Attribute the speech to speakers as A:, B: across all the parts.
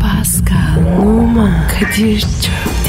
A: Pascal, Oman, Kadir çok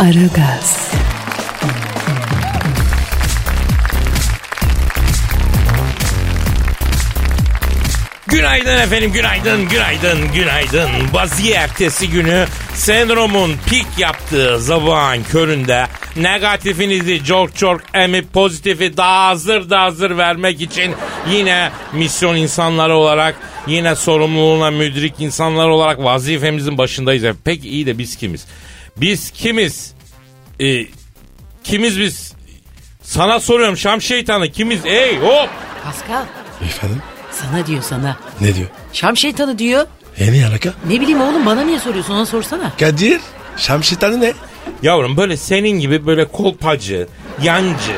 A: Aragaz,
B: Günaydın efendim, günaydın, günaydın, günaydın. Baziye ertesi günü sendromun pik yaptığı sabahın köründe negatifinizi çok çok emip pozitifi daha hazır da hazır vermek için yine misyon insanları olarak yine sorumluluğuna müdrik insanlar olarak vazifemizin başındayız. efendim. Peki iyi de biz kimiz? Biz kimiz? Ee, kimiz biz? Sana soruyorum şam şeytanı kimiz? Ey hop!
C: Pascal
D: Efendim?
C: sana diyor sana.
D: Ne diyor?
C: Şam şeytanı diyor.
D: E ne alaka?
C: Ne bileyim oğlum bana niye soruyorsun ona sorsana.
D: Kadir. Şam şeytanı ne?
B: Yavrum böyle senin gibi böyle kolpacı, yancı,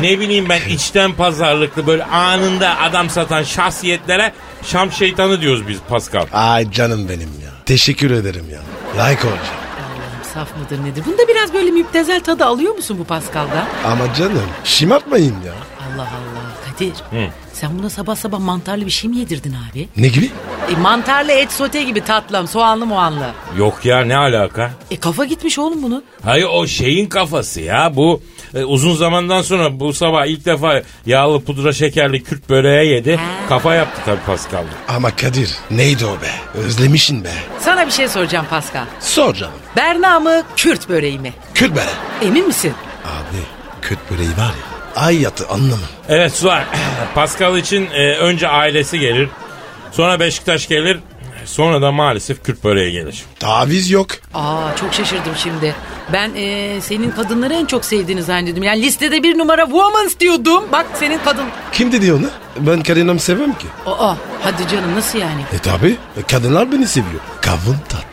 B: ne bileyim ben içten pazarlıklı böyle anında adam satan şahsiyetlere Şam şeytanı diyoruz biz Pascal.
D: Ay canım benim ya. Teşekkür ederim ya. Like olacağım.
C: Allah'ım saf mıdır nedir? Bunda biraz böyle müptezel tadı alıyor musun bu Pascal'da?
D: Ama canım şımartmayın ya.
C: Allah Allah Kadir. Sen buna sabah sabah mantarlı bir şey mi yedirdin abi?
D: Ne gibi?
C: E, mantarlı et sote gibi tatlım soğanlı muanlı.
B: Yok ya ne alaka?
C: E kafa gitmiş oğlum bunun.
B: Hayır o şeyin kafası ya bu e, uzun zamandan sonra bu sabah ilk defa yağlı pudra şekerli Kürt böreği yedi. Kafa yaptı tabii Pascal.
D: Ama Kadir neydi o be? Özlemişin be.
C: Sana bir şey soracağım Pascal.
D: Sor canım.
C: Berna mı Kürt böreği mi?
D: Kürt böreği.
C: Emin misin?
D: Abi Kürt böreği var ya. Ay yatı anlamam.
B: Evet Suar. Pascal için e, önce ailesi gelir. Sonra Beşiktaş gelir. Sonra da maalesef Kürt böreği gelir.
D: Taviz yok.
C: Aa çok şaşırdım şimdi. Ben e, senin kadınları en çok sevdiğini zannediyordum. Yani listede bir numara woman's diyordum. Bak senin kadın.
D: Kim dedi onu? Ben Karinam sevmem ki.
C: Aa hadi canım nasıl yani?
D: E tabi. Kadınlar beni seviyor. Kavun tatlı.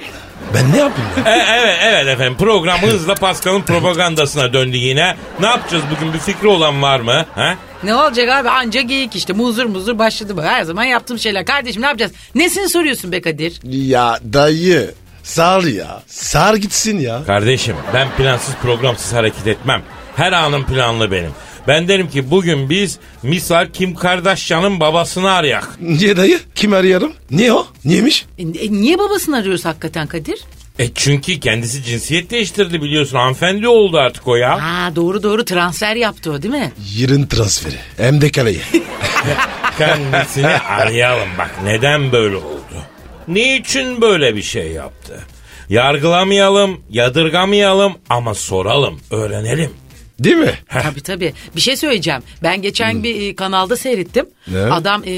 D: Ben ne yapayım ya?
B: E, evet evet efendim program hızla Pascal'ın propagandasına döndü yine. Ne yapacağız bugün bir fikri olan var mı? Ha?
C: Ne olacak abi anca geyik işte muzur muzur başladı bu. Her zaman yaptığım şeyler. Kardeşim ne yapacağız? Nesini soruyorsun be Kadir?
D: Ya dayı sar ya. Sar gitsin ya.
B: Kardeşim ben plansız programsız hareket etmem. Her anım planlı benim. Ben derim ki bugün biz misal Kim Kardashian'ın babasını arayak.
D: Niye dayı? Kim arıyorum? Niye o? Niyemiş?
C: E, e, niye babasını arıyoruz hakikaten Kadir?
B: E çünkü kendisi cinsiyet değiştirdi biliyorsun hanımefendi oldu artık o ya.
C: Aa doğru doğru transfer yaptı o değil mi?
D: Yerin transferi. Hem de kaleye.
B: Kendisini arayalım bak neden böyle oldu? Niçin böyle bir şey yaptı? Yargılamayalım, yadırgamayalım ama soralım, öğrenelim.
D: Değil mi?
C: Tabii tabii. Bir şey söyleyeceğim. Ben geçen bir e, kanalda seyrettim.
D: Ne?
C: Adam e,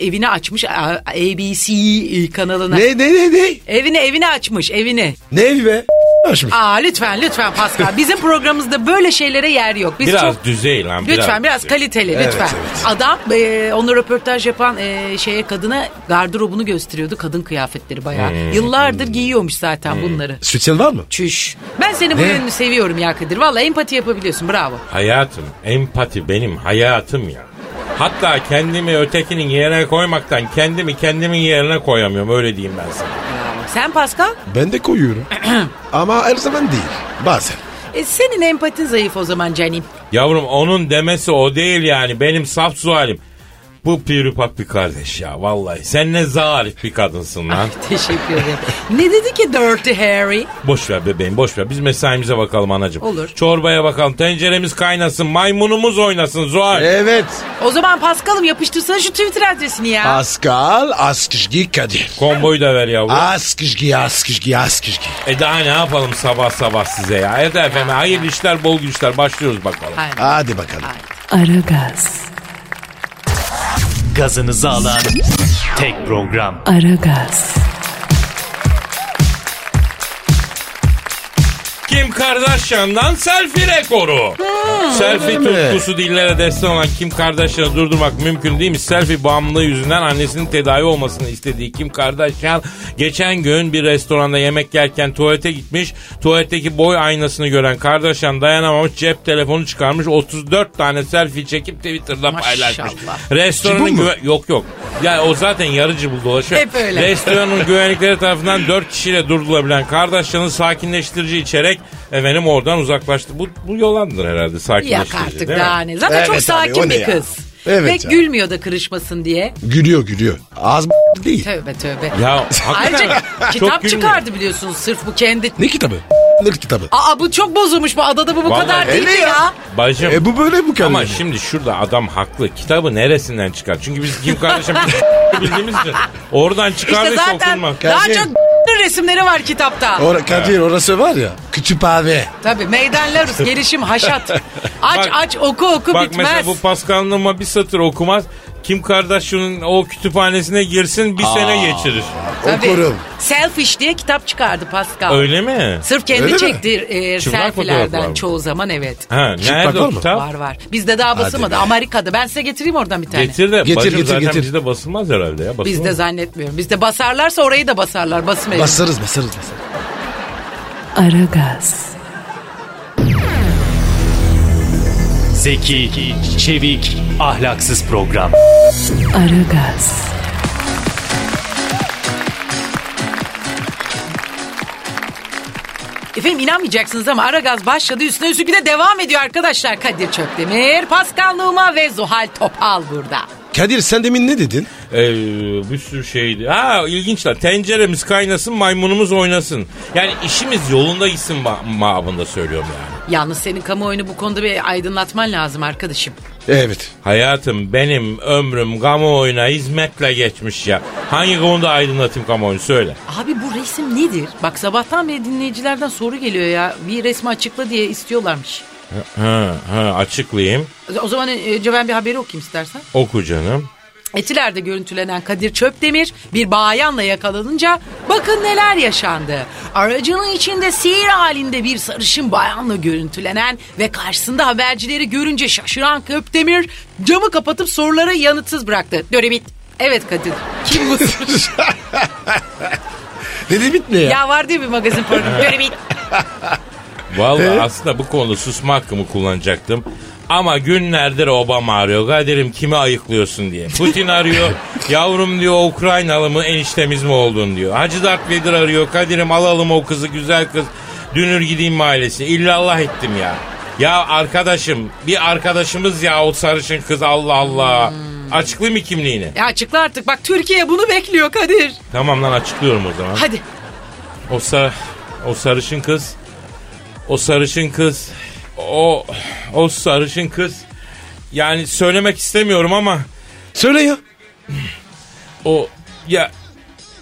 C: evini açmış a- ABC kanalına.
D: ne ne ne ne?
C: Evini evini açmış evini.
D: Ne evi be? Açmış.
C: Aa lütfen lütfen Pascal. Bizim programımızda böyle şeylere yer yok. Biz
B: biraz
C: çok...
B: düzey lan.
C: Lütfen biraz
B: düzey.
C: kaliteli
D: Evet,
C: lütfen.
D: evet.
C: Adam e, onu röportaj yapan e, şeye kadına gardırobunu gösteriyordu. Kadın kıyafetleri bayağı. Yıllardır giyiyormuş zaten bunları.
D: Sütyen var mı?
C: Çüş. Ben seni bu
D: Ne?
C: yönünü seviyorum ya Kadir. Vallahi empati yapabiliyorsun bravo.
B: Hayatım, empati benim hayatım ya. Hatta kendimi ötekinin yerine koymaktan kendimi kendimin yerine koyamıyorum öyle diyeyim ben sana.
C: Sen Pascal
D: Ben de koyuyorum. Ama her zaman değil. Bazen.
C: e, senin empatin zayıf o zaman canim.
B: Yavrum onun demesi o değil yani benim saf sualim. Bu piripak bir kardeş ya vallahi. Sen ne zarif bir kadınsın lan.
C: Ah. Teşekkür ederim. ne dedi ki Dirty Harry?
B: Boş ver bebeğim boş ver. Biz mesaimize bakalım anacığım.
C: Olur.
B: Çorbaya bakalım. Tenceremiz kaynasın. Maymunumuz oynasın Zuhal.
D: Evet.
C: O zaman Pascal'ım yapıştırsana şu Twitter adresini ya.
D: Pascal Askışgi Kadir.
B: Komboyu da ver yavrum.
D: Askışgi Askışgi Askışgi.
B: E daha ne yapalım sabah sabah size ya. Evet efendim hayırlı işler bol güçler. Başlıyoruz bakalım.
C: Hayır.
D: Hadi bakalım.
A: Aragaz,
E: gazınızı alan tek program.
A: Aragaz,
B: Kim Kardashian'dan selfie rekoru. selfie tutkusu dillere destan olan Kim Kardashian'ı durdurmak mümkün değil mi? Selfie bağımlılığı yüzünden annesinin tedavi olmasını istediği Kim Kardashian geçen gün bir restoranda yemek yerken tuvalete gitmiş. Tuvaletteki boy aynasını gören Kardashian dayanamamış cep telefonu çıkarmış. 34 tane selfie çekip Twitter'da paylaşmış.
C: Maşallah.
B: Restoranın
D: mu?
B: güve- yok yok. Ya o zaten yarıcı bu dolaşıyor.
C: Hep öyle.
B: Restoranın güvenlikleri tarafından 4 kişiyle durdurulabilen Kardashian'ı sakinleştirici içerek efendim oradan uzaklaştı. Bu, bu yalandır herhalde
C: Yak
B: sakinleştirici.
C: artık
B: değil mi?
C: daha ne. Zaten
D: Evet
C: çok
D: abi,
C: sakin
D: o ne
C: bir
D: ya?
C: kız.
D: Evet
C: Ve
D: ya.
C: gülmüyor da kırışmasın diye.
D: Gülüyor gülüyor. Az değil.
C: Tövbe tövbe.
B: Ya
C: Ayrıca
B: hakikaten
C: kitap
B: çok gülmüyor.
C: çıkardı biliyorsunuz sırf bu kendi.
D: Ne kitabı? Ne kitabı?
C: Aa bu çok bozulmuş bu adada bu bu
B: Vallahi
C: kadar
D: öyle
C: değil
D: ya.
C: ya.
B: Bacım.
D: E bu böyle bu kadar.
B: ama şimdi şurada adam haklı. Kitabı neresinden çıkar? Çünkü biz Kim Kardashian bildiğimiz için oradan
C: İşte
B: çıkardıysa
C: zaten
B: okunmaz.
C: daha
D: Kardeşim.
C: çok resimleri var kitapta.
D: Or Kadir orası var ya. Kütüphane.
C: Tabii meydanlarız gelişim haşat. Aç
B: Bak-
C: aç oku oku
B: Bak mesela
C: bitmez.
B: bu Pascal Numa bir satır okumaz. Kim Kardashian'ın o kütüphanesine girsin bir sene geçirir.
D: Okurum.
C: Selfish diye kitap çıkardı Pascal.
B: Öyle mi?
C: Sırf kendi
D: Öyle mi?
C: çektiği e,
B: Çıplak fotoğraflar
C: selfilerden
B: mı?
C: çoğu zaman evet.
B: Ha,
D: Çıplak
B: nerede
D: var
B: o
D: mı?
B: kitap?
C: Var var. Bizde daha basılmadı.
D: be.
C: Amerika'da. Ben size getireyim oradan bir tane.
B: Getir de
D: Getir,
B: bacım
D: getir,
B: zaten
D: getir.
B: bizde basılmaz herhalde ya. Basılmaz.
C: Bizde zannetmiyorum. Bizde basarlarsa orayı da basarlar. Basmayın.
D: Basarız basarız basarız.
A: Aragaz,
E: Zeki, çevik, ahlaksız program.
A: Aragaz,
C: Efendim inanmayacaksınız ama Aragaz başladı. Üstüne üstlük bir de devam ediyor arkadaşlar. Kadir Çöptemir, Pascal Numa ve Zuhal Topal burada.
D: Kadir sen demin ne dedin?
B: Ee, bir sürü şeydi. Ha ilginçler. Tenceremiz kaynasın, maymunumuz oynasın. Yani işimiz yolunda gitsin ma- mabında söylüyorum yani.
C: Yalnız senin kamuoyunu bu konuda bir aydınlatman lazım arkadaşım.
D: Evet.
B: Hayatım benim ömrüm kamuoyuna hizmetle geçmiş ya. Hangi konuda aydınlatayım kamuoyunu söyle.
C: Abi bu resim nedir? Bak sabahtan beri dinleyicilerden soru geliyor ya. Bir resmi açıkla diye istiyorlarmış.
B: Ha, ha, açıklayayım.
C: O zaman önce ben bir haberi okuyayım istersen.
B: Oku canım.
C: Etiler'de görüntülenen Kadir Çöpdemir bir bayanla yakalanınca bakın neler yaşandı. Aracının içinde sihir halinde bir sarışın bayanla görüntülenen ve karşısında habercileri görünce şaşıran Köpdemir camı kapatıp soruları yanıtsız bıraktı. Dörebit. Evet Kadir. Kim bu?
D: Dedi bitmiyor ya.
C: ya var diye bir magazin programı. Dörebit.
B: Vallahi aslında bu konuda susma hakkımı kullanacaktım. Ama günlerdir Obama arıyor. Kadir'im kimi ayıklıyorsun diye. Putin arıyor. Yavrum diyor Ukraynalı mı eniştemiz mi oldun diyor. Hacı Dert Vedir arıyor. Kadir'im alalım o kızı güzel kız. Dünür gideyim mahallesine. İllallah ettim ya. Ya arkadaşım bir arkadaşımız ya o sarışın kız Allah Allah. Açıklayayım mı kimliğini?
C: Ya açıkla artık. Bak Türkiye bunu bekliyor Kadir.
B: Tamam lan açıklıyorum o zaman.
C: Hadi.
B: O sa o sarışın kız. O sarışın kız. O o sarışın kız. Yani söylemek istemiyorum ama
D: Söyle ya.
B: o ya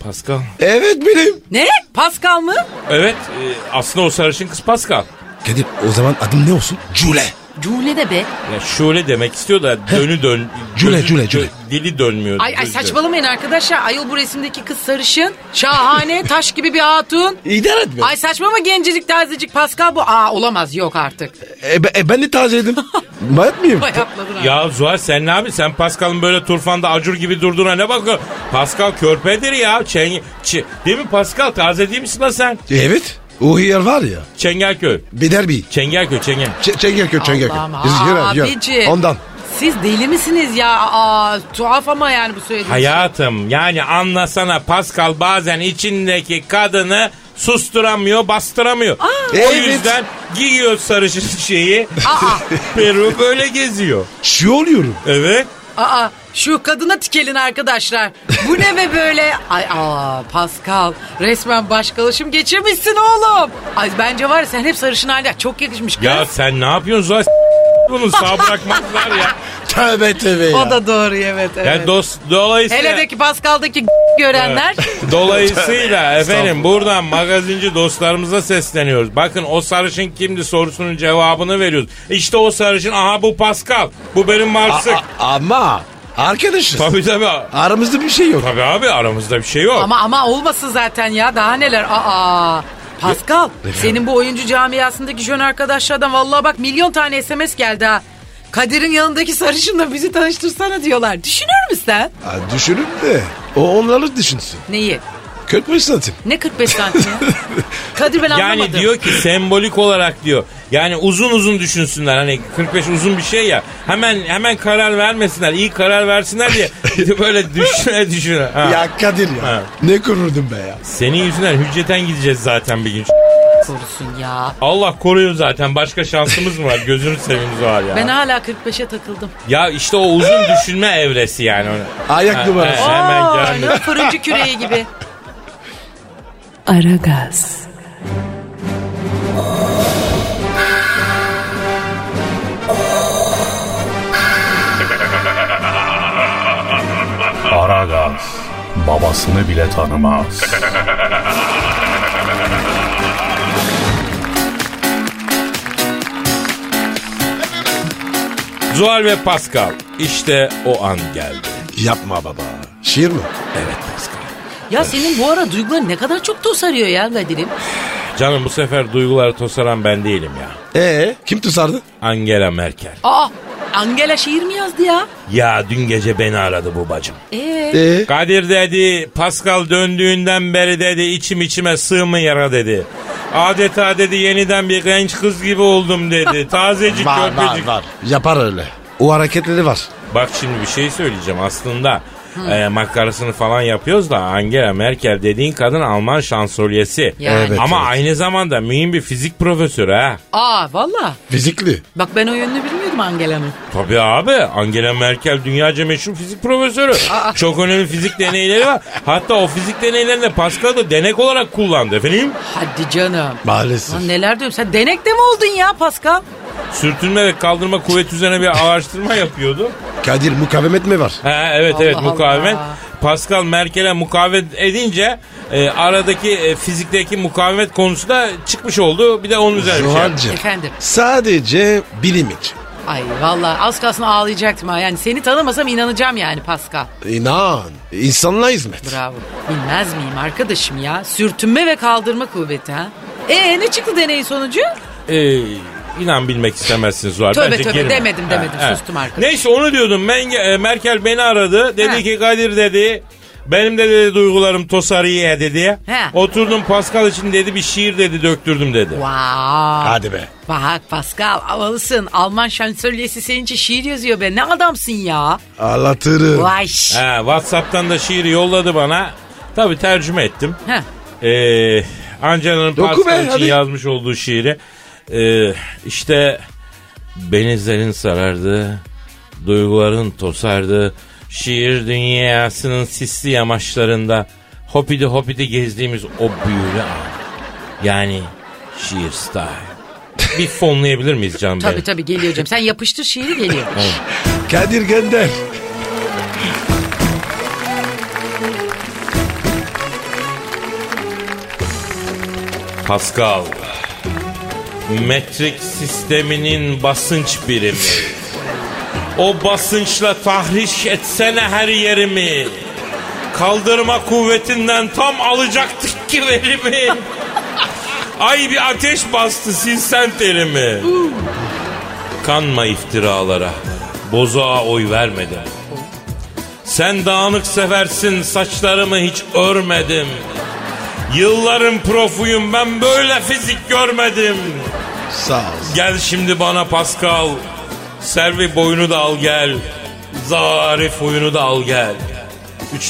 B: Pascal.
D: Evet benim.
C: Ne? Pascal mı?
B: Evet, e, aslında o sarışın kız Pascal.
D: Kadir o zaman adım ne olsun? Cule.
C: Cule de be.
B: Ya şöyle demek istiyor da dönü dön.
D: Cüle,
B: gözü-
D: cüle, cüle.
B: gö- Dili dönmüyor.
C: Ay ay
B: gözü dön-
C: saçmalamayın arkadaşlar. Ayol bu resimdeki kız sarışın. Şahane, taş gibi bir hatun.
D: İdare etme.
C: Ay saçma mı gencecik tazecik Pascal bu? Aa olamaz yok artık.
D: E, ben- e, ben de taze edim. Bayat mıyım?
C: Bayatladın abi.
B: Ya Zuhal sen ne abi? Sen Pascal'ın böyle turfanda acur gibi durduğuna ne bakıyorsun? Pascal körpedir ya. Çen, çi- değil mi Pascal? Taze değil misin lan sen?
D: Evet. O yer var ya.
B: Çengelköy.
D: Bederbi.
B: Çengelköy, Çengel.
D: Ç- Çengelköy Çengelköy.
C: Allah'ım,
D: Biz
C: aa,
D: girer, girer.
C: abicim.
D: Ondan.
C: Siz deli misiniz ya? Aa, tuhaf ama yani bu söylediğiniz.
B: Hayatım yani anlasana Pascal bazen içindeki kadını susturamıyor, bastıramıyor. o
D: Evet.
B: yüzden giyiyor sarışın şeyi.
C: Aa,
B: Peru böyle geziyor.
D: Şu oluyorum.
B: Evet.
C: aa, şu kadına tikelin arkadaşlar. Bu ne be böyle? Ay aa Pascal resmen başkalaşım geçirmişsin oğlum. Ay bence var ya sen hep sarışın halde çok yakışmış kız.
B: Ya sen ne yapıyorsun zaten? Bunu sağ bırakmazlar ya.
D: Tövbe tövbe ya.
C: o da doğru evet evet.
B: Ya dost dolayısıyla
C: Hele de ki Pascal'daki görenler.
B: Dolayısıyla efendim buradan magazinci dostlarımıza sesleniyoruz. Bakın o sarışın kimdi sorusunun cevabını veriyoruz. İşte o sarışın aha bu Pascal. Bu benim
D: A-
B: Mars'ım.
D: a- ama arkadaşız.
B: Tabii tabii.
D: Aramızda bir şey yok.
B: Tabii abi aramızda bir şey yok.
C: Ama ama olmasın zaten ya daha neler. Aa. Pascal
D: Efendim?
C: senin bu oyuncu camiasındaki jön arkadaşlardan vallahi bak milyon tane SMS geldi ha. Kadir'in yanındaki sarışınla bizi tanıştırsana diyorlar. Düşünür müsün sen?
D: Ha, düşünün de. O onları düşünsün.
C: Neyi?
D: 45 santim.
C: Ne 45 santim ya? Kadir ben anlamadım.
B: Yani diyor ki sembolik olarak diyor. Yani uzun uzun düşünsünler. Hani 45 uzun bir şey ya. Hemen hemen karar vermesinler. iyi karar versinler diye böyle düşüne düşüne. Ha.
D: Ya Kadir ya.
B: Ha.
D: Ne gururdum be ya.
B: Senin yüzünden hücreten gideceğiz zaten bir gün.
C: Korusun ya.
B: Allah koruyor zaten. Başka şansımız mı var? Gözünü seveyim Zuhal ya.
C: Ben hala 45'e takıldım.
B: Ya işte o uzun düşünme evresi yani.
D: Ayak numarası.
B: Ha, hemen
C: Aa,
B: geldi.
C: ne fırıncı küreği gibi.
A: Aragaz,
F: Aragaz babasını bile tanımaz.
B: Zuhal ve Pascal. İşte o an geldi.
D: Yapma baba. Şiir mi?
B: Evet Pascal.
C: Ya senin bu ara duyguların ne kadar çok tosarıyor ya Kadir'im.
B: Canım bu sefer duyguları tosaran ben değilim ya.
D: Ee kim tutardı?
B: Angela Merkel.
C: Aa Angela şiir mi yazdı ya?
B: Ya dün gece beni aradı bu bacım.
C: Ee,
D: Ee
B: Kadir dedi, Pascal döndüğünden beri dedi içim içime sığmıyor dedi. Adeta dedi yeniden bir genç kız gibi oldum dedi. Tazecik körpecik.
D: Yapar öyle. O hareketleri var.
B: Bak şimdi bir şey söyleyeceğim aslında. E, makarasını falan yapıyoruz da Angela Merkel dediğin kadın Alman şansölyesi.
C: Yani. Evet,
B: Ama
D: evet.
B: aynı zamanda mühim bir fizik profesörü ha.
C: aa valla.
D: Fizikli.
C: Bak ben o yönünü bilmiyordum Angela'nın.
B: Tabii abi Angela Merkel dünyaca meşhur fizik profesörü. Çok önemli fizik deneyleri var. Hatta o fizik deneylerinde Pascal da denek olarak kullandı efendim.
C: Hadi canım.
D: Maalesef.
C: Lan neler diyorum sen denekte mi oldun ya Pascal?
B: Sürtünme ve kaldırma kuvveti üzerine bir araştırma yapıyordu.
D: Kadir mukavemet mi var?
B: Ha, evet evet
C: Allah
B: mukavemet.
C: Allah.
B: Pascal Merkel'e mukavemet edince e, aradaki e, fizikteki mukavemet konusu da çıkmış oldu. Bir de onun üzerine bir şey. yaptı.
D: Zuhal'cığım.
C: Efendim.
D: Sadece bilim için.
C: Ay valla az kalsın ağlayacaktım ha. Yani seni tanımasam inanacağım yani Pascal.
D: İnan. İnsanlığa hizmet.
C: Bravo. Bilmez miyim arkadaşım ya? Sürtünme ve kaldırma kuvveti ha. Ee ne çıktı deney sonucu?
B: E, inan bilmek istemezsiniz Zuhal.
C: Tövbe
B: Bence
C: tövbe,
B: girme.
C: demedim, demedim. Sustum arkadaş.
B: Neyse onu diyordum. Ben, e, Merkel beni aradı. Dedi
C: Ha.
B: ki Kadir dedi. Benim de dedi duygularım tosarıya dedi.
C: Ha.
B: Oturdum Pascal için dedi bir şiir dedi döktürdüm dedi.
C: Wow.
D: Hadi be.
C: Bak Pascal havalısın. Alman şansölyesi senin için şiir yazıyor be. Ne adamsın ya.
D: Anlatırım.
C: Vay.
B: Ha, Whatsapp'tan da şiiri yolladı bana. Tabi tercüme ettim.
C: Heh.
B: Ee, Angela'nın
D: Doku
B: Pascal
D: be,
B: için
D: hadi.
B: yazmış olduğu şiiri. Ee, işte benizlerin sarardı, duyguların tosardı. Şiir dünyasının sisli yamaçlarında hopidi hopidi gezdiğimiz o büyülü an. Yani şiir style. Bir fonlayabilir miyiz canım
C: Tabii
B: benim?
C: tabii geliyor canım. Sen yapıştır şiiri geliyor.
D: Kadir gönder.
B: Pascal. Metrik sisteminin basınç birimi. O basınçla tahriş etsene her yerimi. Kaldırma kuvvetinden tam alacaktık ki verimi. Ay bir ateş bastı silsen terimi. Kanma iftiralara. Bozuğa oy vermedim. Sen dağınık seversin saçlarımı hiç örmedim. Yılların profuyum ben böyle fizik görmedim.
D: Sağ ol.
B: Gel şimdi bana Pascal. Servi boyunu da al gel. Zarif oyunu da al gel.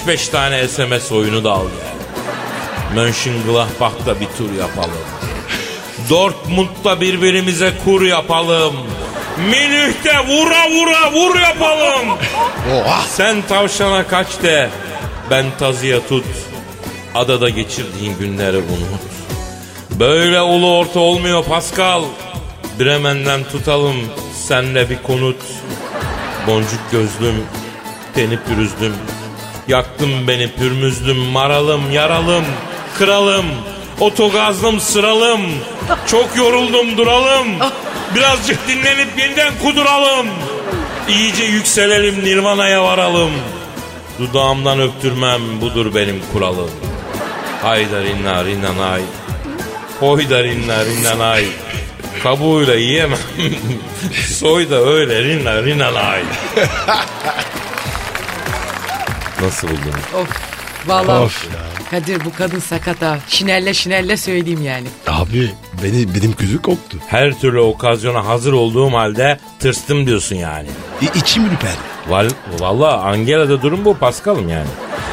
B: 3-5 tane SMS oyunu da al gel. Mönchengladbach'ta bir tur yapalım. Dortmund'da birbirimize kur yapalım. Münih'te vura vura vur yapalım.
D: Oha.
B: Sen tavşana kaç de ben tazıya tut. Adada geçirdiğin günleri unut. Böyle ulu orta olmuyor Pascal. Bremen'den tutalım senle bir konut. Boncuk gözlüm, teni pürüzdüm. Yaktın beni pürmüzdüm, maralım, yaralım, kralım. Otogazlım, sıralım. Çok yoruldum, duralım. Birazcık dinlenip yeniden kuduralım. İyice yükselelim, nirvanaya varalım. Dudağımdan öptürmem, budur benim kuralım. Haydar inna rinna nay. Oy da rinna rinna nay. Kabuğuyla yiyemem. Soy da öyle rinna rinna nay. Nasıl buldun?
C: Of. Vallahi
D: Of ya.
C: Kadir bu kadın sakat ha. Şinelle şinelle söyleyeyim yani.
D: Abi beni, benim gözü koptu.
B: Her türlü okazyona hazır olduğum halde tırstım diyorsun yani.
D: İ- içim ürperdi.
B: Val Valla Angela'da durum bu Paskal'ım yani.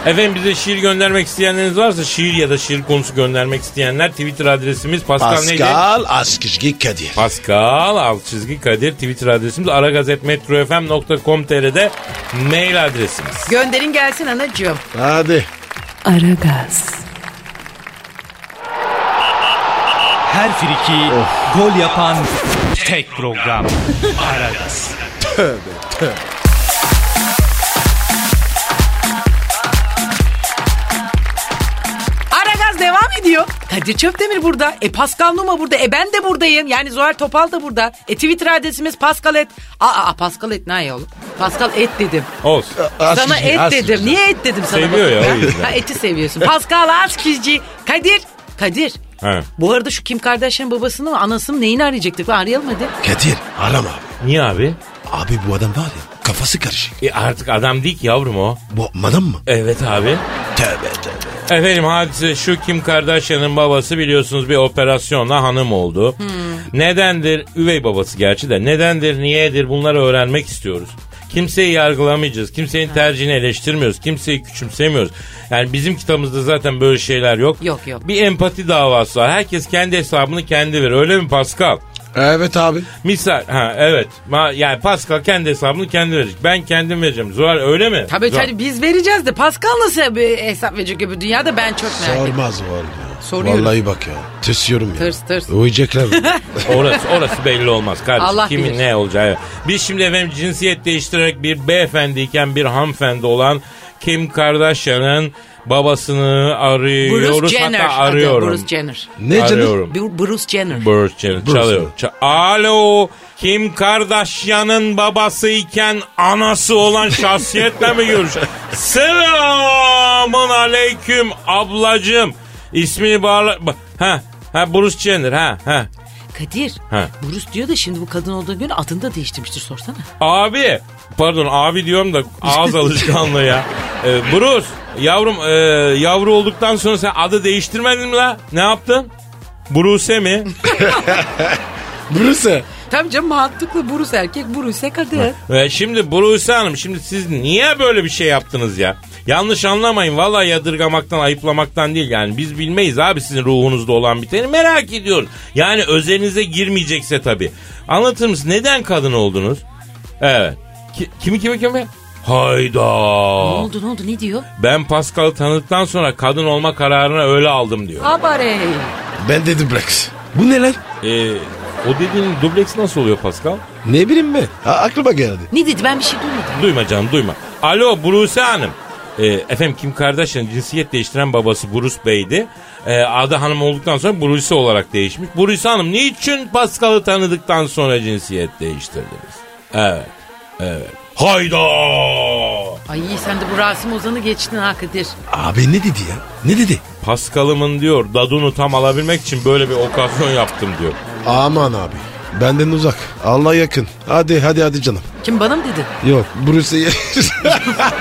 B: Efendim bize şiir göndermek isteyenleriniz varsa şiir ya da şiir konusu göndermek isteyenler Twitter adresimiz Paskal, neydi?
D: Pascal Askışgi Kadir.
B: Pascal alt çizgi Kadir Twitter adresimiz aragazetmetrofm.com.tr'de mail adresimiz.
C: Gönderin gelsin anacığım.
D: Hadi.
A: Aragaz,
E: Her friki gol yapan tek program. Aragaz.
C: Aragaz devam ediyor. Kadir Çöptemir burada. E Pascal Numa burada. E ben de buradayım. Yani Zuhal Topal da burada. E Twitter adresimiz Pascal et. Aa, aa Pascal et ne ya oğlum? Pascal et dedim.
B: Olsun.
C: Sana et dedim. Niye et dedim sana?
B: Seviyor ya,
C: bakın
B: o yüzden.
C: Ha, eti seviyorsun. Pascal Askizci. Kadir. Kadir.
B: He.
C: Bu arada şu Kim Kardashian babasını mı anasını mı neyini arayacaktık? Arayalım hadi.
D: Kadir arama abi.
B: Niye abi?
D: Abi bu adam var ya kafası karışık.
B: E artık adam değil ki yavrum o.
D: Bu madam mı?
B: Evet abi.
D: Tövbe tövbe.
B: Efendim hadise şu Kim Kardashian'ın babası biliyorsunuz bir operasyonla hanım oldu.
C: Hmm.
B: Nedendir? Üvey babası gerçi de. Nedendir, niyedir bunları öğrenmek istiyoruz. Kimseyi yargılamayacağız. Kimsenin tercihini eleştirmiyoruz. Kimseyi küçümsemiyoruz. Yani bizim kitabımızda zaten böyle şeyler yok.
C: Yok, yok.
B: Bir empati davası var. Herkes kendi hesabını kendi verir. Öyle mi Pascal?
D: Evet abi.
B: Misal ha evet. Ma, yani Pascal kendi hesabını kendi verecek. Ben kendim vereceğim. Zuhal öyle mi?
C: Tabii
B: Zuhal.
C: tabii biz vereceğiz de Pascal nasıl bir hesap verecek öbür dünyada ben çok merak ediyorum.
D: Sormaz var ya.
C: Soruyorum.
D: Vallahi bak ya. Tırsıyorum ya.
C: Tırs, tırs.
D: Uyuyacaklar.
B: Orası orası belli olmaz kardeşim.
C: Allah
B: Kimin
C: bilir.
B: ne olacağı. Biz şimdi efendim cinsiyet değiştirerek bir beyefendiyken bir hanımefendi olan Kim Kardashian'ın babasını
C: Bruce
B: arıyoruz
C: Jenner.
B: hatta
C: adı,
B: arıyorum.
C: Bruce Jenner.
D: ne canım?
B: arıyorum.
C: Bu- Bruce Jenner.
B: Bruce Jenner
D: Bruce
B: çalıyor.
D: mu?
B: Ça- Alo Kim Kardashian'ın babasıyken anası olan şahsiyetle mi görüş? Selamun aleyküm ablacım. İsmini bağla... ba- Ha, ha Bruce Jenner ha ha.
C: Kadir.
B: Ha.
C: Bruce diyor da şimdi bu kadın olduğu gün adını da değiştirmiştir sorsana.
B: Abi pardon abi diyorum da ağız alışkanlığı ya. Ee, Bruce yavrum e, yavru olduktan sonra sen adı değiştirmedin mi la? Ne yaptın? Bruce mi?
D: Burası.
C: Tabii canım mantıklı Bruce erkek Bruce kadın.
B: Ve şimdi Bruce Hanım şimdi siz niye böyle bir şey yaptınız ya? Yanlış anlamayın vallahi yadırgamaktan ayıplamaktan değil yani biz bilmeyiz abi sizin ruhunuzda olan biteni merak ediyoruz. Yani özelinize girmeyecekse tabii. Anlatır mısın neden kadın oldunuz? Evet. Ki- kimi kimi kimi? Hayda.
C: Ne oldu ne oldu ne diyor?
B: Ben Pascal'ı tanıdıktan sonra kadın olma kararını öyle aldım diyor.
C: Abare.
D: Ben dedim bırak. Bu ne lan?
B: Ee, o dediğin dubleks nasıl oluyor Pascal?
D: Ne bileyim ben. A- aklıma geldi.
C: Ne dedi ben bir şey duymadım.
B: Duyma canım duyma. Alo Bruce Hanım. Ee, efendim Kim Kardashian cinsiyet değiştiren babası Bruce Bey'di. Ee, adı hanım olduktan sonra Bruce olarak değişmiş. Bruce Hanım niçin Pascal'ı tanıdıktan sonra cinsiyet değiştirdiniz? Evet. Evet. Hayda!
C: Ay sen de bu Rasim Ozan'ı geçtin ha Kadir.
D: Abi ne dedi ya? Ne dedi?
B: Pascal'ımın diyor dadunu tam alabilmek için böyle bir okazyon yaptım diyor.
D: Aman abi. Benden uzak. Allah yakın. Hadi hadi hadi canım.
C: Kim bana mı dedi?
D: Yok Bruce'e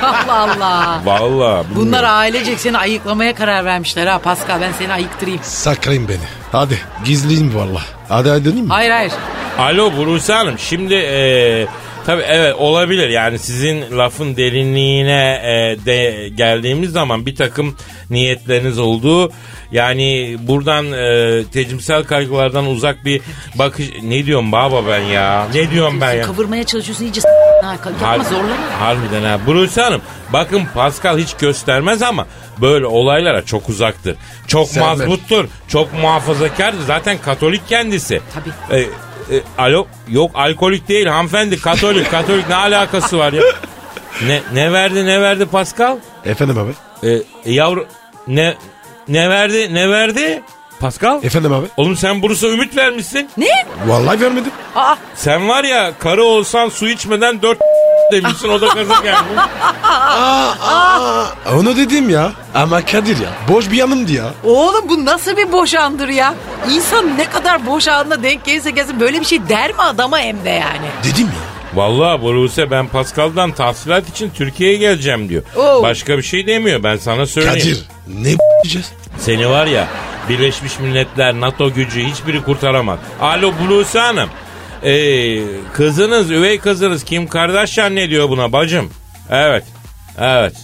C: Allah Allah.
B: Vallahi bilmiyorum.
C: Bunlar ailecek seni ayıklamaya karar vermişler ha Pascal ben seni ayıktırayım.
D: sakrayın beni. Hadi gizliyim valla. Hadi hadi döneyim mi?
C: Hayır hayır.
B: Alo Bulusi Hanım şimdi e, tabi evet olabilir yani sizin lafın derinliğine e, de geldiğimiz zaman bir takım niyetleriniz olduğu yani buradan e, tecimsel kaygılardan uzak bir bakış ne diyorum baba ben ya ne diyorum ben ya.
C: Kıvırmaya çalışıyorsun iyice s- ha, yapma
B: Har-
C: zorlama.
B: Harbiden ha. Bulusi Hanım bakın Pascal hiç göstermez ama böyle olaylara çok uzaktır. Çok
D: Sevmem.
B: mazbuttur. Çok muhafazakardır. Zaten katolik kendisi.
C: Tabii.
B: E, e, alo yok alkolik değil hanımefendi katolik katolik ne alakası var ya? Ne, ne verdi ne verdi Pascal?
D: Efendim abi.
B: E, e, yavru ne ne verdi ne verdi Pascal?
D: Efendim abi.
B: Oğlum sen Bursa ümit vermişsin.
C: Ne?
D: Vallahi vermedim.
C: Aa
B: Sen var ya karı olsan su içmeden dört demişsin o da gaza gelmiş.
D: Onu dedim ya. Ama Kadir ya. Boş bir yanımdı ya.
C: Oğlum bu nasıl bir boşandır ya? İnsan ne kadar boş anına denk gelirse gelsin böyle bir şey der mi adama hem de yani?
D: Dedim ya.
B: Vallahi Boruse ben Pascal'dan tahsilat için Türkiye'ye geleceğim diyor.
C: Oo.
B: Başka bir şey demiyor ben sana söyleyeyim.
D: Kadir ne b***yeceğiz?
B: Seni var ya Birleşmiş Milletler, NATO gücü hiçbiri kurtaramaz. Alo Buse Hanım. Ee, kızınız, üvey kızınız Kim Kardashian ne diyor buna bacım? Evet, evet,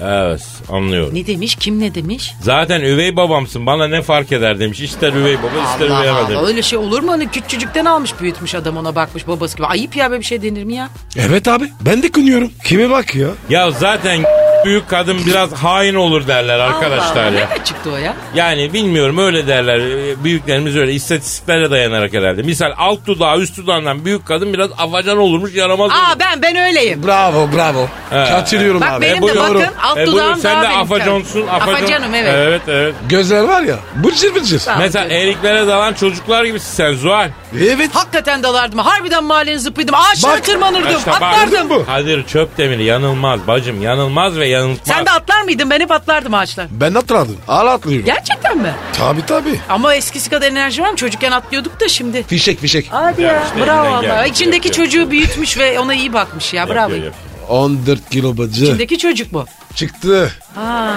B: evet anlıyorum.
C: Ne demiş kim ne demiş?
B: Zaten üvey babamsın bana ne fark eder demiş. İster üvey baba ister üvey
C: Allah
B: ana demiş.
C: Allah öyle şey olur mu? Hani küçücükten almış büyütmüş adam ona bakmış babası gibi. Ayıp ya böyle bir şey denir mi ya?
D: Evet abi ben de kınıyorum. Kime bak ya?
B: Ya zaten büyük kadın biraz hain olur derler arkadaşlar
C: Allah
B: ya.
C: Allah, Ne çıktı o ya?
B: Yani bilmiyorum öyle derler. Ee, Büyüklerimiz öyle istatistiklere dayanarak herhalde. Misal alt dudağı üst dudağından büyük kadın biraz afacan olurmuş yaramaz olurmuş.
C: Aa ben ben öyleyim.
D: Bravo bravo. Katılıyorum
C: Bak
D: abi.
C: benim de
B: buyurun.
C: bakın
B: E,
C: alt
B: buyurun,
C: dudağım
B: Sen
C: daha
B: de
C: benim
B: afaconsun.
C: canım. Afacanım, evet.
B: Evet evet.
D: Gözler var ya bıcır bıcır.
C: Tamam.
B: Mesela e- eriklere dalan çocuklar gibisin sen Zuhal.
D: Evet.
C: Hakikaten dalardım. Harbiden mahallenin zıpıydım. Ağaçlara
D: Bak.
C: tırmanırdım.
B: İşte bak.
C: atlardım.
D: Bu.
B: Kadir Çöpdemir yanılmaz bacım yanılmaz ve yanıltmaz.
C: Sen de atlar mıydın? Ben hep atlardım ağaçlara.
D: Ben atladım. Hala atlıyorum.
C: Gerçekten mi?
D: Tabi tabi.
C: Ama eskisi kadar enerji var mı? Çocukken atlıyorduk da şimdi.
D: Fişek fişek.
C: Hadi ya.
B: işte elinden
C: bravo valla.
B: gelmiş,
C: İçindeki
B: yapıyor.
C: çocuğu büyütmüş ve ona iyi bakmış ya.
B: Yapıyor,
C: Bravo.
B: yapıyor.
D: 14 kilo bacı.
C: İçindeki çocuk bu.
D: Çıktı.
C: Ha,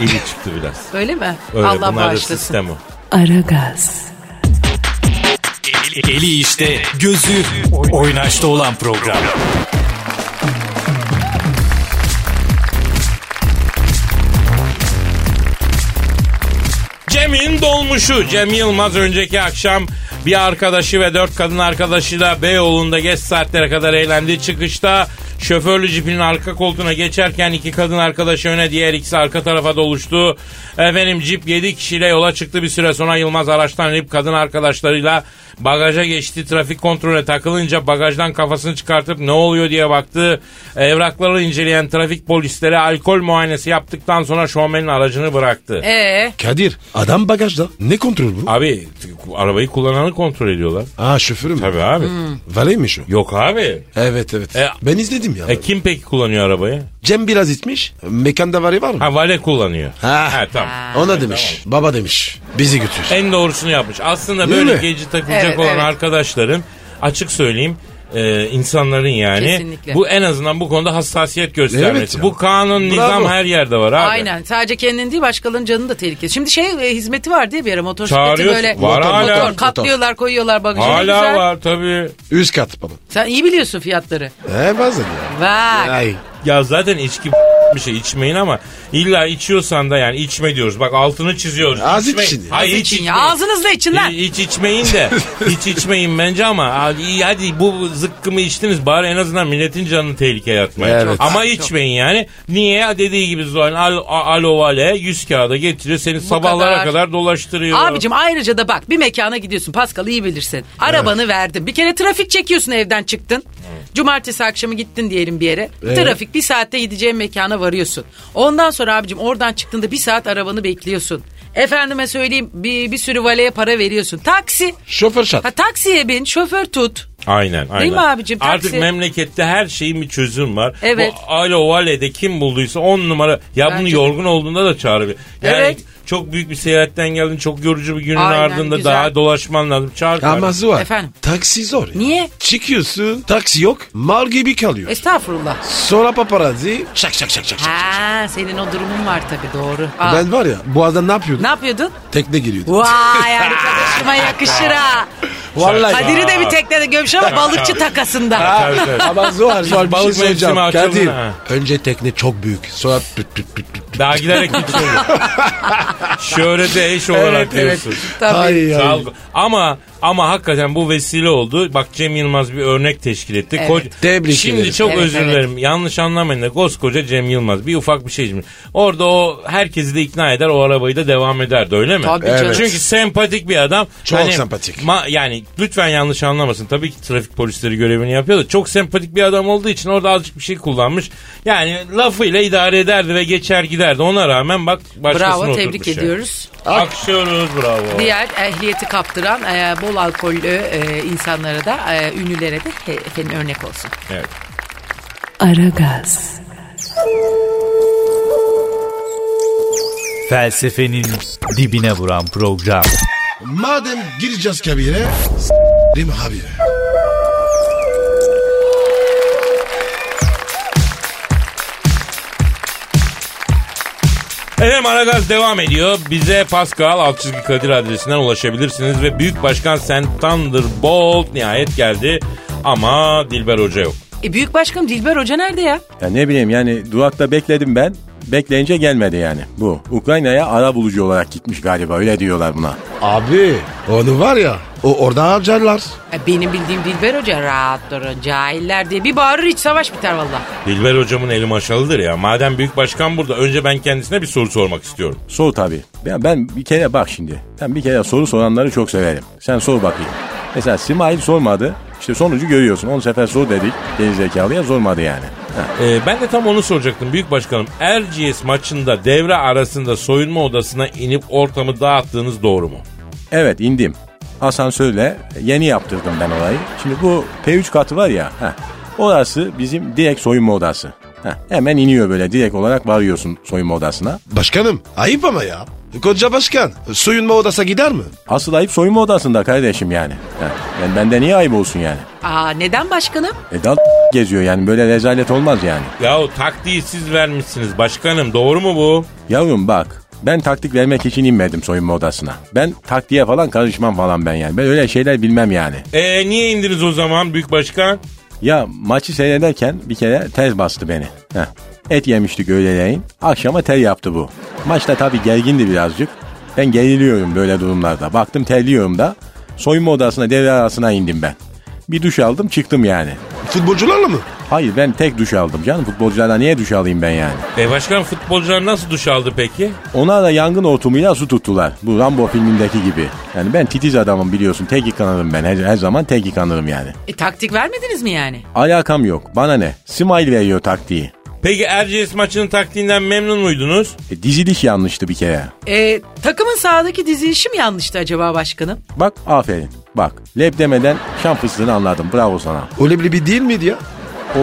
B: İyi çıktı biraz.
C: öyle mi?
B: Öyle
C: Allah
B: bunlar da
C: bağışlasın.
B: sistem o.
A: Aragaz,
E: Eli, eli işte, gözü oynaşta olan program.
B: Cem'in dolmuşu. Cem Yılmaz önceki akşam bir arkadaşı ve dört kadın arkadaşıyla Beyoğlu'nda geç saatlere kadar eğlendi. Çıkışta şoförlü jipinin arka koltuğuna geçerken iki kadın arkadaşı öne diğer ikisi arka tarafa doluştu. Efendim jip 7 kişiyle yola çıktı bir süre sonra Yılmaz araçtan inip kadın arkadaşlarıyla bagaja geçti. Trafik kontrolüne takılınca bagajdan kafasını çıkartıp ne oluyor diye baktı. Evrakları inceleyen trafik polisleri alkol muayenesi yaptıktan sonra şovmenin aracını bıraktı.
C: Ee,
D: Kadir adam bagajda. Ne kontrol bu?
B: Abi t- arabayı kullananı kontrol ediyorlar.
D: Aa şoförüm.
B: Tabii abi.
D: Valeymiş o.
B: Yok abi.
D: Evet evet.
B: E-
D: ben izledim ya.
B: E kim peki kullanıyor arabayı?
D: Cem biraz itmiş. Mekanda vari var mı?
B: Ha vale kullanıyor.
D: Ha.
B: tamam.
D: Ona demiş. Baba demiş. Bizi götür.
B: En doğrusunu yapmış. Aslında
D: Değil
B: böyle
D: mi?
B: gece takılacak
C: Evet,
B: olan
C: evet.
B: arkadaşların açık söyleyeyim e, insanların yani
C: Kesinlikle.
B: bu en azından bu konuda hassasiyet
D: Evet
B: göstermesi.
D: ya.
B: bu kanun nizam
D: Bravo.
B: her yerde var abi.
C: aynen. Sadece kendini değil başkalarının canını da tehlikeli. Şimdi şey e, hizmeti var diye bir ara motosikleti
B: Çağırıyorsun.
C: böyle
B: Var
C: motor,
B: hala.
C: motor katlıyorlar koyuyorlar bagajına.
B: Hala
C: Güzel.
B: var tabii.
D: Üst kat baba.
C: Sen iyi biliyorsun fiyatları.
D: He bazen ya.
C: Bak.
D: Ay.
B: Ya zaten içki bir şey içmeyin ama illa içiyorsan da yani içme diyoruz. Bak altını çiziyoruz.
D: Az
B: İçmeyin.
D: için.
B: Hayır hiç
C: için ya.
B: içmeyin.
C: Ağzınızla için lan.
B: Hi- Hiç içmeyin de. hiç içmeyin bence ama hadi, iyi, hadi bu zıkkımı içtiniz bari en azından milletin canını tehlikeye atmayın.
D: Evet.
B: Ama içmeyin yani. Niye? Dediği gibi Zuhal al, a- alo vale yüz kağıda getiriyor seni sabahlara kadar.
C: kadar.
B: dolaştırıyor.
C: Abicim ayrıca da bak bir mekana gidiyorsun Pascal iyi bilirsin. Arabanı verdin. Bir kere trafik çekiyorsun evden çıktın. Cumartesi akşamı gittin diyelim bir yere. Trafik bir saatte gideceğin mekana varıyorsun. Ondan sonra abicim oradan çıktığında bir saat arabanı bekliyorsun. Efendime söyleyeyim bir, bir sürü valeye para veriyorsun. Taksi.
D: Şoför şat.
C: Ha taksiye bin şoför tut.
B: Aynen aynen.
C: mi abicim? Taksi.
B: Artık memlekette her şeyin bir çözüm var.
C: Evet.
B: Bu alo vale'de kim bulduysa on numara. Ya bunu
C: Bence de.
B: yorgun olduğunda da çağırabilir. Yani
C: Evet.
B: çok büyük bir seyahatten geldin. Çok yorucu bir günün
C: Aynen,
B: ardında
C: güzel.
B: daha dolaşman lazım. Çağır.
D: Ama Zuhal.
C: Efendim?
D: Taksi zor ya.
C: Niye?
D: Çıkıyorsun. Taksi yok. Mal gibi kalıyor.
C: Estağfurullah.
D: Sonra paparazzi. Şak şak şak şak. şak.
C: Ha senin o durumun var tabii doğru. Aa,
D: Ben var ya boğazda ne yapıyordum?
C: Ne yapıyordun?
D: Tekne giriyordum.
C: Vay arkadaşıma yakışır ha.
D: Vallahi.
C: Kadir'i de bir teknede görmüş ama balıkçı takasında.
B: Tabii, tabii.
D: Ama Zuhal Zuhal bir
B: Balık
D: şey söyleyeceğim.
B: mevsimi açıldı
D: Kadir.
B: ha.
D: Önce tekne çok büyük. Sonra püt püt püt püt. püt.
B: Daha giderek yükseliyor. Şöhrete eş olarak diyorsun.
C: Tabii.
D: Ay, ay.
B: Sağ ol. Ama ama hakikaten bu vesile oldu. Bak Cem Yılmaz bir örnek teşkil etti.
C: Evet.
D: Tebrik
B: Şimdi
D: ederim.
B: çok
C: Evet,
B: özür
C: evet.
B: dilerim. Yanlış anlamayın da koskoca Cem Yılmaz bir ufak bir şey şimdi. Orada o herkesi de ikna eder o arabayı da devam ederdi öyle mi?
C: Tabii canım. Evet.
B: Çünkü sempatik bir adam.
D: Çok sempatik.
B: ma- yani lütfen yanlış anlamasın. Tabii ki trafik polisleri görevini yapıyor da çok sempatik bir adam olduğu için orada azıcık bir şey kullanmış. Yani lafıyla idare ederdi ve geçer giderdi. Ona rağmen bak başkasına
C: Bravo
B: oturtmuş
C: tebrik
B: ya.
C: ediyoruz.
B: Alkışlıyoruz bravo.
C: Diğer ehliyeti kaptıran e, bol alkollü e, insanlara da e, ünlülere de e, efendim örnek olsun.
B: Evet.
A: Aragaz,
E: Felsefenin dibine vuran program.
D: Madem gireceğiz kabire. S**rim abi.
B: Efendim Aragaz devam ediyor. Bize Pascal alt çizgi Kadir adresinden ulaşabilirsiniz ve Büyük Başkan Sen Thunderbolt nihayet geldi ama Dilber Hoca yok.
C: E büyük başkanım Dilber Hoca nerede ya?
G: Ya ne bileyim yani durakta bekledim ben. Bekleyince gelmedi yani. Bu Ukrayna'ya ara bulucu olarak gitmiş galiba öyle diyorlar buna.
D: Abi onu var ya o orada harcarlar.
C: E, benim bildiğim Dilber Hoca rahat durun cahiller diye bir bağırır hiç savaş biter valla.
B: Dilber Hocamın eli maşalıdır ya. Madem Büyük Başkan burada önce ben kendisine bir soru sormak istiyorum.
G: Sor tabii. Ya ben bir kere bak şimdi. Ben bir kere soru soranları çok severim. Sen sor bakayım. Mesela Simail sormadı. İşte sonucu görüyorsun. 10 sefer sor dedik. Gerizekalıya sormadı yani. Ha.
B: Ee, ben de tam onu soracaktım Büyük Başkanım. Erciyes maçında devre arasında soyunma odasına inip ortamı dağıttığınız doğru mu?
G: Evet indim. Asansörle yeni yaptırdım ben olayı. Şimdi bu P3 katı var ya. Ha. Orası bizim direkt soyunma odası. Ha. Hemen iniyor böyle direkt olarak varıyorsun soyunma odasına.
D: Başkanım ayıp ama ya. Koca başkan soyunma odasına gider mi?
G: Asıl ayıp soyunma odasında kardeşim yani. Ha. Yani bende niye ayıp olsun yani?
C: Aa neden başkanım?
G: E dal geziyor yani böyle rezalet olmaz yani.
B: Yahu taktiği siz vermişsiniz başkanım doğru mu bu?
G: Yavrum bak ben taktik vermek için inmedim soyunma odasına. Ben taktiğe falan karışmam falan ben yani. Ben öyle şeyler bilmem yani.
B: Ee, niye indiniz o zaman Büyük Başkan?
G: Ya maçı seyrederken bir kere tez bastı beni. Heh. Et yemiştik öğleleyin. Akşama ter yaptı bu. Maçta tabii gergindi birazcık. Ben geriliyorum böyle durumlarda. Baktım terliyorum da. Soyunma odasına devre arasına indim ben. Bir duş aldım çıktım yani.
D: Futbolcularla mı?
G: Hayır ben tek duş aldım canım. Futbolculardan niye duş alayım ben yani?
B: E başkan futbolcular nasıl duş aldı peki?
G: Ona da yangın hortumuyla su tuttular. Bu Rambo filmindeki gibi. Yani ben titiz adamım biliyorsun. Tek yıkanırım ben. Her, her zaman tek yıkanırım yani.
C: E taktik vermediniz mi yani?
G: Alakam yok. Bana ne? Smile veriyor taktiği.
B: Peki Erciyes maçının taktiğinden memnun muydunuz?
G: E, diziliş yanlıştı bir kere.
C: E, takımın sahadaki dizilişi mi yanlıştı acaba başkanım?
G: Bak aferin. Bak leb demeden şan fıstığını anladım. Bravo sana.
D: Öyle bir bir değil miydi ya?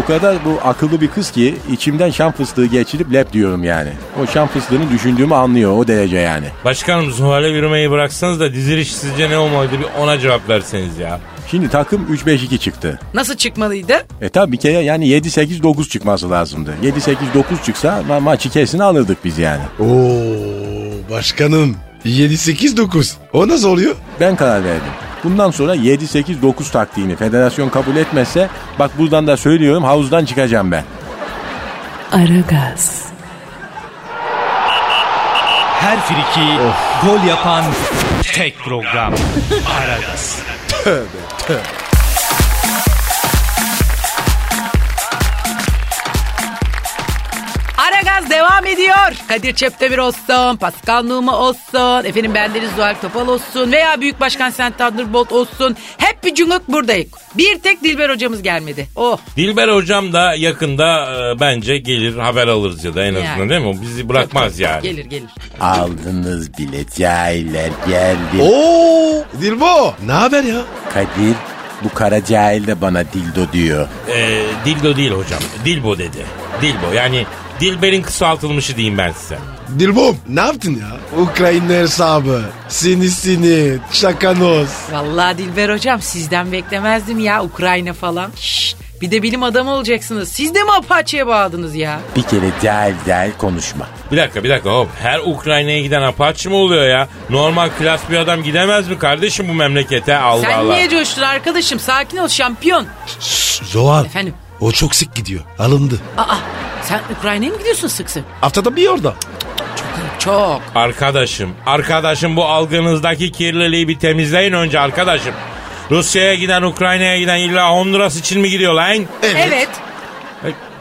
G: O kadar bu akıllı bir kız ki içimden şan fıstığı geçirip lep diyorum yani. O şan fıstığını düşündüğümü anlıyor o derece yani.
B: Başkanım zuhale yürümeyi bıraksanız da diziliş sizce ne olmalıydı bir ona cevap verseniz ya.
G: Şimdi takım 3-5-2 çıktı.
C: Nasıl çıkmalıydı?
G: E tabi bir kere yani 7-8-9 çıkması lazımdı. 7-8-9 çıksa ma- maçı kesin alırdık biz yani.
D: Oo başkanım 7 8 9. O nasıl oluyor?
G: Ben karar verdim. Bundan sonra 7-8-9 taktiğini federasyon kabul etmezse bak buradan da söylüyorum havuzdan çıkacağım ben.
A: Aragaz,
E: Her friki gol yapan tek program. Aragaz.
C: Aragaz devam ediyor. Kadir Çeptemir olsun, Pascal Numa olsun, efendim bendeniz Zuhal Topal olsun veya Büyük Başkan Sen Thunderbolt olsun. Hep bir cumhur buradayız. Bir tek Dilber hocamız gelmedi. Oh
B: Dilber hocam da yakında e, bence gelir haber alırız ya da en azından
C: Yani.
B: değil mi? O Bizi bırakmaz yani.
C: gelir gelir.
G: Aldınız bile cahiller geldi.
D: Oo Dilbo. Ne haber ya?
G: Kadir bu kara cahil de bana dildo diyor.
B: E, dildo değil hocam. Dilbo dedi. Dilbo yani Dilber'in kısaltılmışı diyeyim ben size.
D: Dilbo ne yaptın ya? Ukrayna hesabı. Sini sini. Şakanoz.
C: Vallahi Dilber hocam sizden beklemezdim ya Ukrayna falan. Şşt, bir de bilim adamı olacaksınız. Siz de mi Apache'ye bağladınız ya?
G: Bir kere cahil cahil konuşma.
B: Bir dakika bir dakika hop. Her Ukrayna'ya giden apaçı mı oluyor ya? Normal klas bir adam gidemez mi kardeşim bu memlekete? Allah
C: Sen
B: Allah.
C: niye coştun arkadaşım? Sakin ol şampiyon.
D: Zoan.
C: Efendim?
D: O çok sık gidiyor. Alındı.
C: Aa sen Ukrayna'ya mı gidiyorsun sık sık?
D: Haftada bir orada.
C: Çok.
B: Arkadaşım, arkadaşım bu algınızdaki kirliliği bir temizleyin önce arkadaşım. Rusya'ya giden, Ukrayna'ya giden illa Honduras için mi gidiyor lan?
C: evet.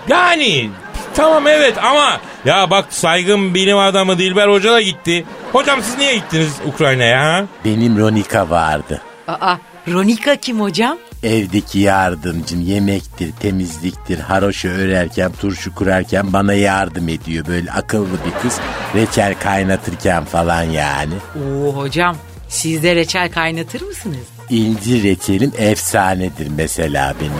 B: Yani tamam evet ama ya bak saygın bilim adamı Dilber Hoca da gitti. Hocam siz niye gittiniz Ukrayna'ya ha?
G: Benim Ronika vardı.
C: Aa, Ronika kim hocam?
G: Evdeki yardımcım yemektir, temizliktir, haroşa örerken, turşu kurarken bana yardım ediyor. Böyle akıllı bir kız reçel kaynatırken falan yani.
C: Oo hocam, siz de reçel kaynatır mısınız?
G: İncir reçelim efsanedir mesela benim.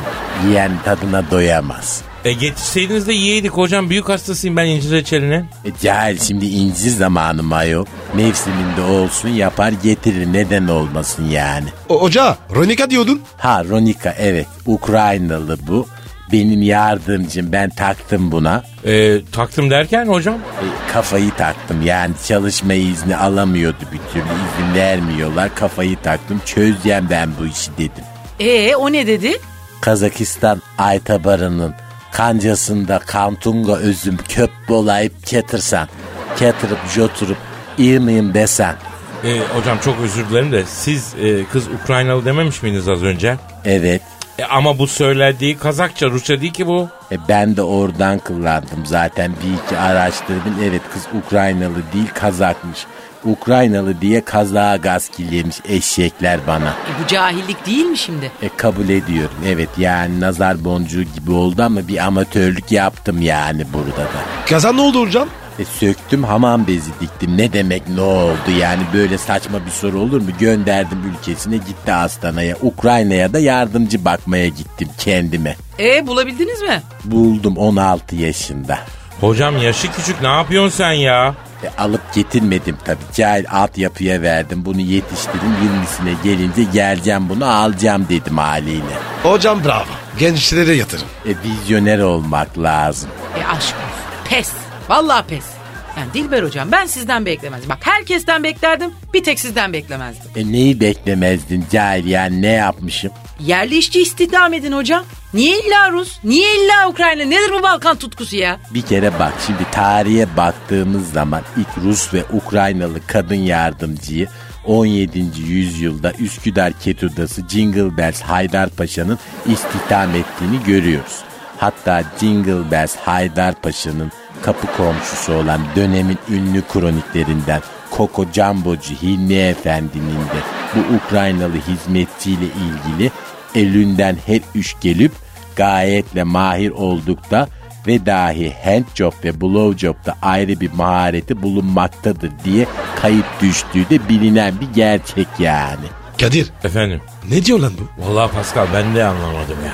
G: Yiyen tadına doyamaz.
B: E yetişseydiniz de yiyeydik hocam. Büyük hastasıyım ben incir reçelinin.
G: E, Cahil şimdi inci zamanı mayo. Mevsiminde olsun yapar getirir neden olmasın yani.
D: O- hoca Ronika diyordun.
G: Ha Ronika evet Ukraynalı bu. Benim yardımcım ben taktım buna.
B: E, taktım derken hocam.
G: E, kafayı taktım yani çalışma izni alamıyordu bir türlü izin vermiyorlar. Kafayı taktım çözeceğim ben bu işi dedim.
C: Ee o ne dedi?
G: Kazakistan Aytabarı'nın kancasında kantunga özüm köp bolayıp ketırsan. Ketırıp joturup iyi miyim desen.
B: E, hocam çok özür dilerim de siz e, kız Ukraynalı dememiş miydiniz az önce?
G: Evet
B: E, ama bu söylediği Kazakça, Rusça değil ki bu.
G: E ben de oradan kullandım zaten bir iki araştırdım. Evet kız Ukraynalı değil Kazakmış. Ukraynalı diye Kazağa gaz kirlemiş eşekler bana.
C: E, bu cahillik değil mi şimdi?
G: E kabul ediyorum evet yani nazar boncuğu gibi oldu ama bir amatörlük yaptım yani burada da.
D: Kazan ne oldu hocam?
G: E söktüm hamam bezi diktim ne demek ne oldu yani böyle saçma bir soru olur mu? Gönderdim ülkesine gitti Astana'ya Ukrayna'ya da yardımcı bakmaya gittim kendime.
C: E bulabildiniz mi?
G: Buldum 16 yaşında.
B: Hocam yaşı küçük ne yapıyorsun sen ya?
G: E, alıp getirmedim tabii. Cahil altyapıya verdim. Bunu yetiştirin 20'sine gelince geleceğim bunu alacağım dedim haliyle.
D: Hocam bravo. Gençlere yatırım.
G: E, vizyoner olmak lazım.
C: E aşk olsun. Pes. Vallahi pes. Yani Dilber hocam ben sizden beklemezdim. Bak herkesten beklerdim bir tek sizden beklemezdim.
G: E, neyi beklemezdin Cahil yani ne yapmışım?
C: Yerli işçi istihdam edin hocam. Niye illa Rus? Niye illa Ukrayna? Nedir bu Balkan tutkusu ya?
G: Bir kere bak şimdi tarihe baktığımız zaman ilk Rus ve Ukraynalı kadın yardımcıyı 17. yüzyılda Üsküdar Ketudası Jingle Bells Haydarpaşa'nın istihdam ettiğini görüyoruz. Hatta Jingle Bells Haydarpaşa'nın kapı komşusu olan dönemin ünlü kroniklerinden Koko Cambocu Hilmi Efendi'nin de bu Ukraynalı hizmetçiyle ilgili elinden her üç gelip gayetle mahir oldukta ve dahi hand job ve blow job'da ayrı bir mahareti bulunmaktadır diye kayıp düştüğü de bilinen bir gerçek yani.
D: Kadir
B: Efendim?
D: ne diyor lan bu?
B: Vallahi Pascal ben de anlamadım ya.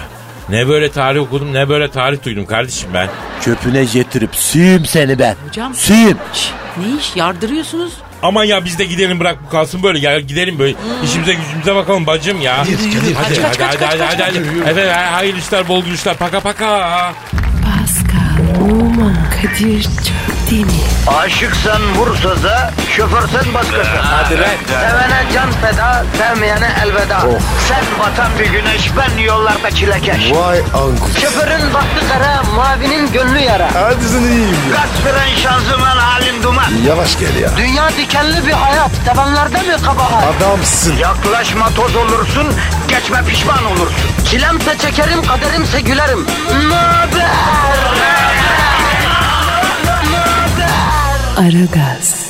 B: Ne böyle tarih okudum ne böyle tarih duydum kardeşim ben.
G: Çöpüne getirip suyum seni ben.
C: Hocam-
G: Suyum.
C: Şş, ne iş yardırıyorsunuz?
B: Aman ya biz de gidelim bırak bu kalsın böyle ya gidelim böyle işimize gücümüze bakalım bacım ya.
D: Kadir, Kadir.
B: Hadi
C: Kaç, kaç,
B: hadi
C: kaç,
B: hadi
C: kaç,
B: hadi
C: kaç,
B: hadi. Efendim hayırlı işler bol gülüşler paka paka.
A: Pascal, Oman, Kadir çok değil mi?
H: Aşıksan vursa da, şoförsen başkasın. Hadi
B: lan.
H: Sevene can feda, sevmeyene elveda. Sen batan bir güneş, ben yollarda çilekeş.
D: Vay anku.
H: Şoförün baktı kara, mavinin gönlü yara.
D: Hadi sen iyiyim ya.
H: Kasperen şanzıman halin duman.
D: Yavaş gel ya.
H: Dünya dikenli bir hayat, sevenlerde mi kabahar?
D: Adamsın.
H: Yaklaşma toz olursun, geçme pişman olursun. Çilemse çekerim, kaderimse gülerim. Möber!
A: Aragaz.